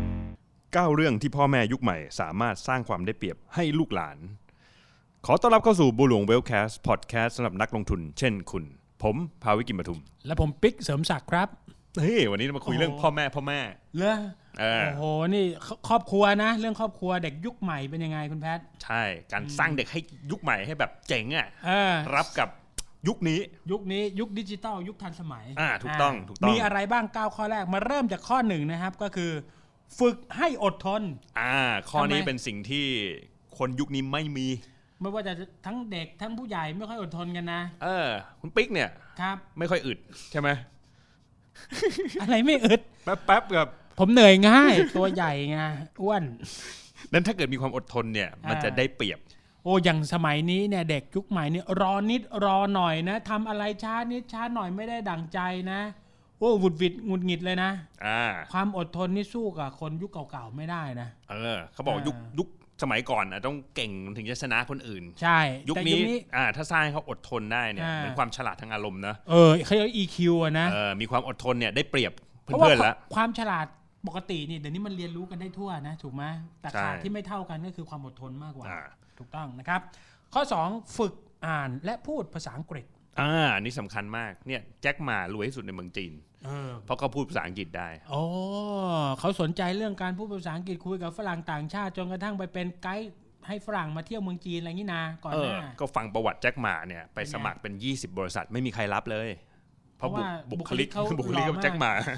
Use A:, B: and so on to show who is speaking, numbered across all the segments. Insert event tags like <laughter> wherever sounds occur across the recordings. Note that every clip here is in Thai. A: 9 เรื่องที่พ่อแม่ยุคใหม่สามารถสร้างความได้เปรียบให้ลูกหลาน ขอต้อนรับเข้าสู่บูหลวงเวลแคสพอดแคสต์สำหรับนักลงทุน เช่นคุณ ผมภาวิกิมปทุม
B: และผมปิ๊กเสริมศักดิ์ครับ
A: เฮ้ยวันนี้เรามาคุย
B: โอ้โห
A: เรื่องพ่อแม่พ่อแม่
B: เลอ
A: เออ
B: โอ้โห นี่คครอบครัวนะ เรื่องครอบครัวเด็กยุคใหม่เป็นยังไงคุณแพทย์
A: ใช่ การสร้างเด็กให้ยุคใหม่ให้แบบเจ๋งอ่ะ
B: เออ
A: รับกับยุคนี้
B: ยุคนี้ยุคดิจิตอลยุคทันสมัย
A: อ่าถูกต้องถูกต้อง
B: มีอะไรบ้าง 9 ข้อแรกมาเริ่มจากข้อหนึ่งนะครับ ก็คือ ฝึกให้อดทน
A: อ่า ข้อนี้
B: ทำไม
A: เป็นสิ่งที่คนยุคนี้ไม่มี
B: ไม่ว่าจะทั้งเด็กทั้งผู้ใหญ่ไม่ค่อยอดทนกันนะ
A: เออ คุณปิ๊กเนี่ย
B: ครับ
A: ไม่ค่อยอึดใช่ไหม
B: อะไรไม่อึด
A: แป๊บแป๊บๆกับ
B: ผมเหนื่อยง่าย ตัวใหญ่ไงอ้วน
A: นั้นถ้าเกิดมีความอดทนเนี่ย มัน
B: อ่า
A: จะได้เปรียบ
B: โอ้อย่างสมัยนี้เนี่ยเด็กยุคใหม่เนี่ยรอนิดรอหน่อยนะทำอะไรช้านิดช้าหน่อยไม่ได้ดั่งใจนะ โอ้หวุดหวิดหงุดหงิดเลยนะ
A: อ่า
B: ความอดทนนี่สู้กับคนยุคเก่าๆไม่ได้นะ
A: เออ เขาบอก
B: อ่ายุ
A: ยุคยุคสมัยก่อนอ่ะต้องเก่งถึงจะชนะคนอื่น
B: ใช่
A: ยุค
B: แต่
A: นี้ อ่า ถ้าสร้างให้เขาอดทนได้เนี่ย
B: อ่า
A: เหมือนความฉลาดทางอารมณ์นะ
B: เออเขาเรียกว่า EQ อะนะ
A: เออ มีความอดทนเนี่ยได้เปรียบ
B: เพราะว่า
A: เพื่อนๆละ
B: ความฉลาดปกตินี่เดี๋ยวนี้มันเรียนรู้กันได้ทั่วนะ ถูกไหมแต่
A: ใช่
B: ขาดที่ไม่เท่ากันก็คือความอดทนมากกว่า
A: อ่า
B: ถูกต้องนะครับ ข้อ 2 ฝึกอ่านและพูดภาษาอังกฤษ
A: อ่า นี่สำคัญมาก เนี่ยแจ็คหมารวยที่สุดในเมืองจีน
B: เออ
A: เพราะเขาพูดภาษาอังกฤษได้
B: โอ้เขาสนใจเรื่องการพูดภาษาอังกฤษคุยกับฝรั่งต่างชาติจนกระทั่งไปเป็นไกด์ให้ฝรั่งมาเที่ยวเมืองจีนอะไรงี้นะก่อน
A: เอ
B: ห
A: อ
B: น้า
A: ก็ฟังประวัติแจ็คหมาเนี่ยไป
B: เป็นไง
A: สมัครเป็น 20 บริษัทไม่มีใครรับเลย เพราะ
B: เพราะว่า
A: บุคลิก
B: บุ
A: บุค
B: คลิ
A: ลิก
B: กเขา
A: ของแจ็ค
B: หล่อมาก
A: หมา <laughs>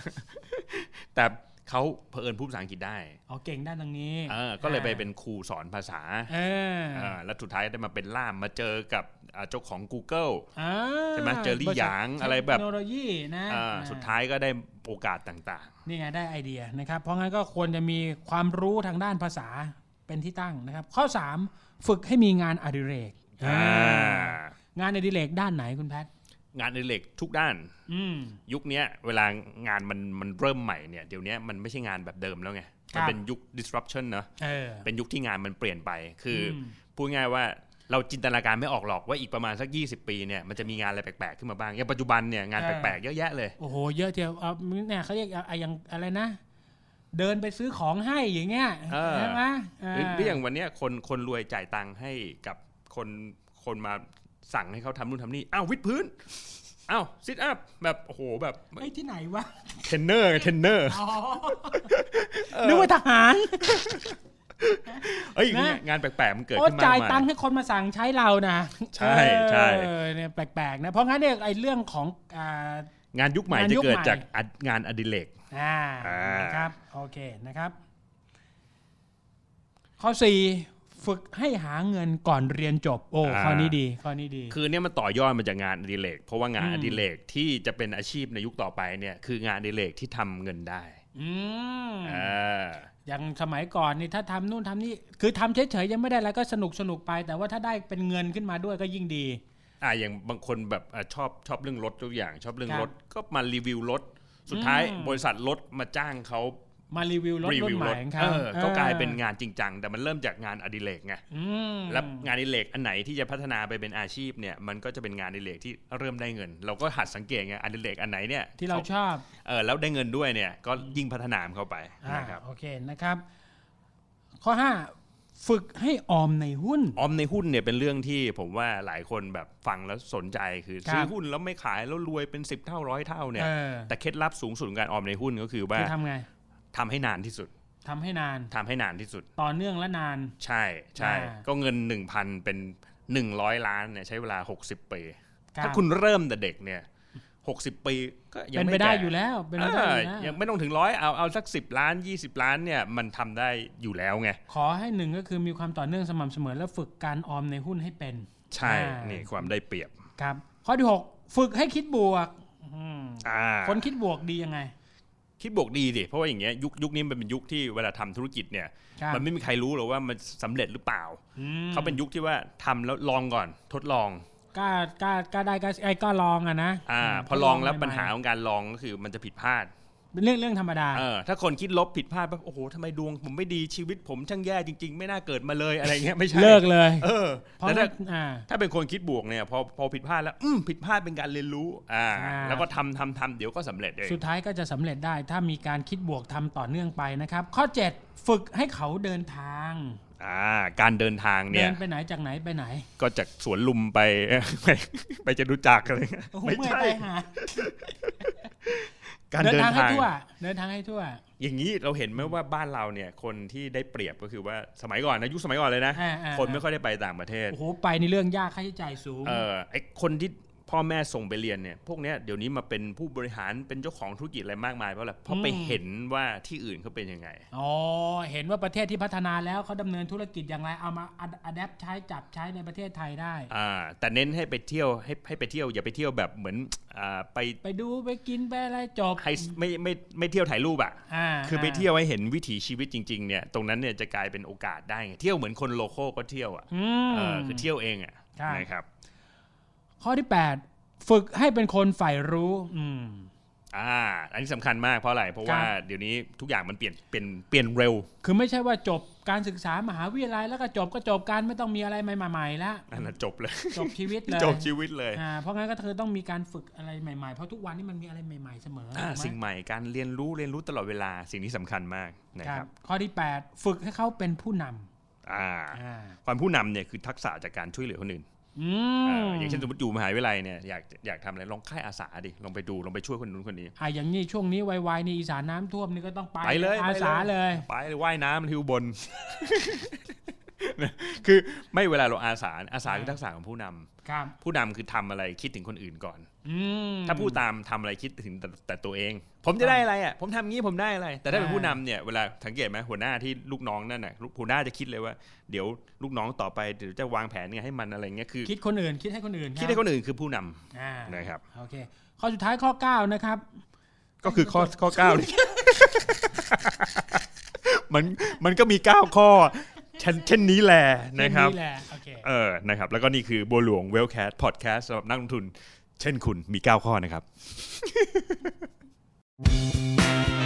A: แต่เขาเผอิญพูดภาษาอังกฤษได้
B: อ๋อเก่งด้านตรงนี้
A: เออก็เลยไปเป็นครูสอนภาษา
B: เออ
A: เออแล้วสุดท้ายได้มาเป็นล่ามมาเจอกับอ่าเจ้าของ Google
B: อ่า
A: ใช่ไหมเจอรี่หยางอะไรแบบ
B: เทคโนโลยีนะ
A: อ่า
B: อ่า
A: สุดท้ายก็ได้โอกาสต่าง
B: นี่ไงได้ไอเดียนะครับ เพราะงั้นก็ควรจะมีความรู้ทางด้านภาษาเป็นที่ตั้งนะครับ ข้อ 3 ฝึกให้มีงานอดิเรก
A: ๆอ่า
B: อ่างานอดิเรกด้านไหนคุณแพทย์
A: งานในเหล็กทุกด้าน
B: อืม
A: ยุคเนี้ยเวลางานมันมันเริ่มใหม่เนี่ยเดี๋ยวเนี้ยมันไม่ใช่งานแบบเดิมแล้วไงมัน
B: ครับ
A: เป็นยุค disruption เนอะ
B: เออ
A: เป็นยุคที่งานมันเปลี่ยนไป คืออ
B: ม
A: พูดง่ายว่าเราจินตนาการไม่ออกหรอกว่าอีกประมาณสัก 20 ปีเนี่ยมันจะมีงานอะไรแปลกๆขึ้นมาบ้าง อย่างปัจจุบันเนี่ยงานแปลกๆเยอะแยะเลย
B: โอ้โห เยอะเทียวเอาเนี่ยเขาเรียกอะไรอย่างอะไรนะ เดินไปซื้อของให้อย่างเงี้ย
A: เออ
B: ใช่ไหมเห
A: รือหรืออย่างวันเนี้ยคนคนรวยจ่ายตังค์ให้กับคนคนมาสั่งให้เขาทำนู่นทำนี่ อ้าววิดพื้น อ้าวซิทอัพแบบโอ้โหแบบ
B: ไอ้ยที่ไหนวะ
A: <laughs> เทรนเนอร์ไงเทรนเนอร์
B: อ๋อ นึกว่าทหาร
A: เอ้ย
B: นะ
A: งานแปลกๆมันเกิด
B: โอ้
A: ขึ้นมา
B: จ่าย
A: ให
B: ตั
A: ม่
B: งค์ให้คนมาสั่งใช้เรานะ
A: ใช่ใช่
B: เออเนี่ยแปลกๆนะ เพราะงั้นเนี่ยไอ้เรื่องของอ่า
A: งานยุคใหม่
B: งาน
A: จะ
B: ยุค
A: เกิด
B: ใหม่
A: จากอัดงานอดิเรก
B: อ่า
A: อ่าน
B: นะครับ โอเคนะครับ ข้อสี่ฝึกให้หาเงินก่อนเรียนจบ โอ้ข้อนี้ดี ข้อนี้ดี
A: คือเนี่ยมันต่อยอดมาจากงานอดิเรกเพราะว่างาน
B: อืม
A: อดิเรกที่จะเป็นอาชีพในยุคต่อไปเนี่ยคืองานอดิเรกที่ทำเงินได้
B: อืม
A: เออ
B: อย่างสมัยก่อนนี่ถ้าทำนู่นทำนี่คือทำเฉยๆยังไม่ได้อะไรก็สนุกสนุกไป แต่ว่าถ้าได้เป็นเงินขึ้นมาด้วยก็ยิ่งดี
A: อ่าอย่างบางคนแบบอ่ะชอบชอบเรื่องรถทุกอย่าง ชอบเรื่อง
B: ครับ
A: รถก็มารีวิวรถสุดท้าย
B: อืม
A: บริษัทรถมาจ้างเขา
B: มารีวิวรถ
A: รี
B: รุ่
A: วิ
B: น
A: ว
B: ให
A: ร
B: ม่
A: ถ
B: ของ
A: เออ
B: เขา
A: ก็กลายเป็นงานจริงจังแต่มันเริ่มจากงานอดิเรกไง
B: อืม
A: แล้วงานอดิเรกอันไหนที่จะพัฒนาไปเป็นอาชีพเนี่ยมันก็จะเป็นงานอดิเรกที่เริ่มได้เงิน เราก็หัดสังเกตไงอดิเรกอันไหนเนี่ย
B: ที่เราชอบ
A: เออแล้วได้เงินด้วยเนี่ยก็ยิ่งพัฒนามนเข้าไป
B: อ่า
A: นะครับ
B: โอเคนะครับ ข้อ 5 ฝึกให้ออมในหุ้น
A: ออมในหุ้นเนี่ยเป็นเรื่องที่ผมว่าหลายคนแบบฟังแล้วสนใจคือ
B: ครับ
A: ซื้อหุ้นแล้วไม่ขายแล้วรวยเป็น 10 เท่าร้อยเท่าเนี่ย
B: เออ
A: แต่เคล็ดลับสูงสุดของการออมในหุ้นก็คือว่า
B: คือทำไง
A: ทำให้นานที่สุด
B: ทำให้นาน
A: ทำให้นานที่สุด
B: ต่อเนื่องและนาน
A: ใช่ใช่
B: อ่า
A: ก็เงิน 1,000 เป็น 100 ล้านเนี่ยใช้เวลา 60 ปี
B: รับ
A: ถ้าคุณเริ่มแต่เด็กเนี่ย 60 ปีก็ยัง
B: เป็น
A: ม่
B: ไปได้
A: แก่
B: อยู่แล้วเป็นไปได้อยู่
A: เออ
B: แล้
A: ยั
B: ว
A: งไม่ต้องถึงร้อยเอาเอาสัก 10 ล้าน 20 ล้านเนี่ยมันทำได้อยู่แล้วไง
B: ขอให้หนึ่งก็คือมีความต่อเนื่องสม่ำเสมอและฝึกการออมในหุ้นให้เป็น
A: ใช่
B: อ่านี่
A: นี่ความได้เปรียบ
B: ครับ ข้อที่ 6 ฝึกให้คิดบวกอืม
A: อ่า
B: คนคิดบวกดียังไง
A: คิดบวกดีดิเพราะว่าอย่างเงี้ยยุคยุคนี้มันเป็นยุคที่เวลาทำธุรกิจเนี่ย มันไม่มีใครรู้หรอกว่ามันสำเร็จหรือเปล่า
B: อืม
A: เขาเป็นยุคที่ว่าทำแล้วลองก่อนทดลอง
B: กล้ากล้ากล้าได้กล้าไอ้กล้าลองอะนะ
A: อ่า
B: อืม
A: พอลองแล้ว
B: ใม่ๆ
A: ปัญหาของการลองก็คือมันจะผิดพลาด
B: เรื่องเรื่องธรรมดา
A: เออถ้าคนคิดลบผิดพลาดแบบโอ้โหทำไมดวงผมไม่ดีชีวิตผมช่างแย่จริง ๆ ไม่น่าเกิดมาเลยอะไรเงี้ยไม่ใช่
B: เลิกเลย
A: เออ
B: เพราะ
A: แต่ถ้า
B: ว่าอ่า
A: ถ้าเป็นคนคิดบวกเนี่ยพอพอผิดพลาดแล้ว อืมผิดพลาดเป็นการเรียนรู้อ่า
B: อ่า
A: แล้วก็ทำทำทำเดี๋ยวก็สำเร็จเอง
B: สุดท้ายก็จะสำเร็จได้ถ้ามีการคิดบวกทำต่อเนื่องไปนะครับ ข้อ 7 ฝึกให้เขาเดินทาง
A: อ่าการเดินทาง
B: เดิ
A: เนี่ย
B: นไปไหนจากไหนไปไหน
A: ก็จากสวนลุมไป <laughs> ไปไปจะรู้จักรอะไรเงี้ย
B: โอ้โห
A: ไม่
B: เมื่อย
A: ใช่
B: ไปหา
A: การ
B: เดิน
A: เดิน
B: ทางให้
A: ทาง
B: ทั่ว เดินทางให้ทั่ว
A: อย่างนี้เราเห็นไหมว่าบ้านเราเนี่ย คนที่ได้เปรียบก็คือว่าสมัยก่อนนะยุคสมัยก่อนเลยนะ
B: อ่าอ่า
A: คนไม่ค่อยได้ไปต่างประเทศ
B: โอ้โหไปในเรื่องยากค่าใช้จ่ายสูง
A: เออไอคนที่พ่อแม่ส่งไปเรียนเนี่ย พวกเนี้ยเดี๋ยวนี้มาเป็นผู้บริหารเป็นเจ้าของธุรกิจอะไรมากมายเพราะอะไรเพราะไป
B: อืม
A: เห็นว่าที่อื่นเขาเป็นยังไง
B: อ๋อ เห็นว่าประเทศที่พัฒนาแล้วเขาดำเนินธุรกิจอย่างไร เอามาอัดแอปใช้จับใช้ในประเทศไทยได้
A: อ่าแต่เน้นให้ไปเที่ยวให้ให้ไปเที่ยวอย่าไปเที่ยวแบบเหมือนอ่าไป
B: ไปดูไปกินไปอะไรจบ
A: ให้ไม่ไม่ไม่เที่ยวถ่ายรูปอะ
B: อ่า
A: คือไปเที่ยวให้เห็นวิถีชีวิตจริงๆเนี่ยตรงนั้นเนี่ยจะกลายเป็นโอกาสได้ไงเที่ยวเหมือนคนโลโก้ก็เที่ยวอะ
B: อืม
A: เออคือเที่ยวเองอะ
B: ใช่
A: นะครับ
B: ข้อที่ 8 ฝึกให้เป็นคนใฝ่รู้ อืม
A: อ่าอันนี้สำคัญมากเพราะอะไรเพราะ
B: ครับ
A: ว่าเดี๋ยวนี้ทุกอย่างมันเปลี่ยนเป็นเปลี่ยนเร็ว
B: คือไม่ใช่ว่าจบการศึกษามหาวิทยาลัยแล้วก็จบก็จบการไม่ต้องมีอะไรใหม่ๆแล้ว
A: อันนั้นจบ
B: <laughs>
A: เลย
B: จบชีวิตเลย
A: จบชีวิตเลย
B: อ่าเพราะงั้นก็คือต้องมีการฝึกอะไรใหม่ๆ เพราะทุกวันนี้มันมีอะไรใหม่ๆเสมอ
A: อ่า
B: ถูกไหม
A: สิ่งใหม่การเรียนรู้เรียนรู้ตลอดเวลาสิ่งนี้สำคัญมากนะ
B: ค
A: ค
B: รั
A: รั
B: บบ ข้อที่ 8 ฝึกให้เขาเป็นผู้น
A: อ่า
B: ำอ่า
A: ความผู้นำเนี่ยคือทักษะจากการช่วยเหลือคนอื่น
B: อื
A: เอ่
B: ม
A: ออย่างเช่นสมมติอยู่มหาวิทยาลัยเนี่ยอยากอยากทำอะไรลองค่ายอาสาดิลองไปดูลองไปช่วยคนนู้นคนนี้
B: อ่าอย่างนี้ช่วงนี้วายๆนี่อีสานน้ำท่วมนี่ก็ต้องไป
A: ไปเลย
B: อาสา
A: ไปเลย
B: เลย
A: ไปเลยว่ายน้ <laughs> ำที่อุบล คือไม่เวลาเราอาสาอาสาคือทักษะของผู้นำ
B: ครับ
A: ผู้นำคือทำอะไรคิดถึงคนอื่นก่อน
B: อืม
A: ถ้าผู้ตามทำอะไรคิดถึงแต่แต่ตัวเอง ผมจะได้อะไรอ่ะผมทำงี้ผมได้อะไร แต่ถ้าเป็น
B: อ่า
A: ผู้นำเนี่ยเวลาสังเกตไหมหัวหน้าที่ลูกน้องนั่นน่ะลูกหัวหน้าจะคิดเลยว่าเดี๋ยวลูกน้องต่อไปเดี๋ยวจะวางแผนไงให้มันอะไรเงี้ยคือ
B: คิดคนอื่นคิดให้คนอื่นรับ
A: คิดให้คนอื่นคือผู้นำ
B: อ่า
A: นะครับ
B: โอเค ข้อสุดท้ายข้อ 9 นะครับ
A: ก็คือข้อข้อเก้านี่ มันมันก็มีเก้าข้อเช่นเช่นนี้แหละนะครับ
B: แหละโอเค
A: เออนะครับ แล้วก็นี่คือบัวหลวงเวลแคสพอดแคสสำหรับนักลงทุน เช่นคุณมี 9 ข้อนะครับ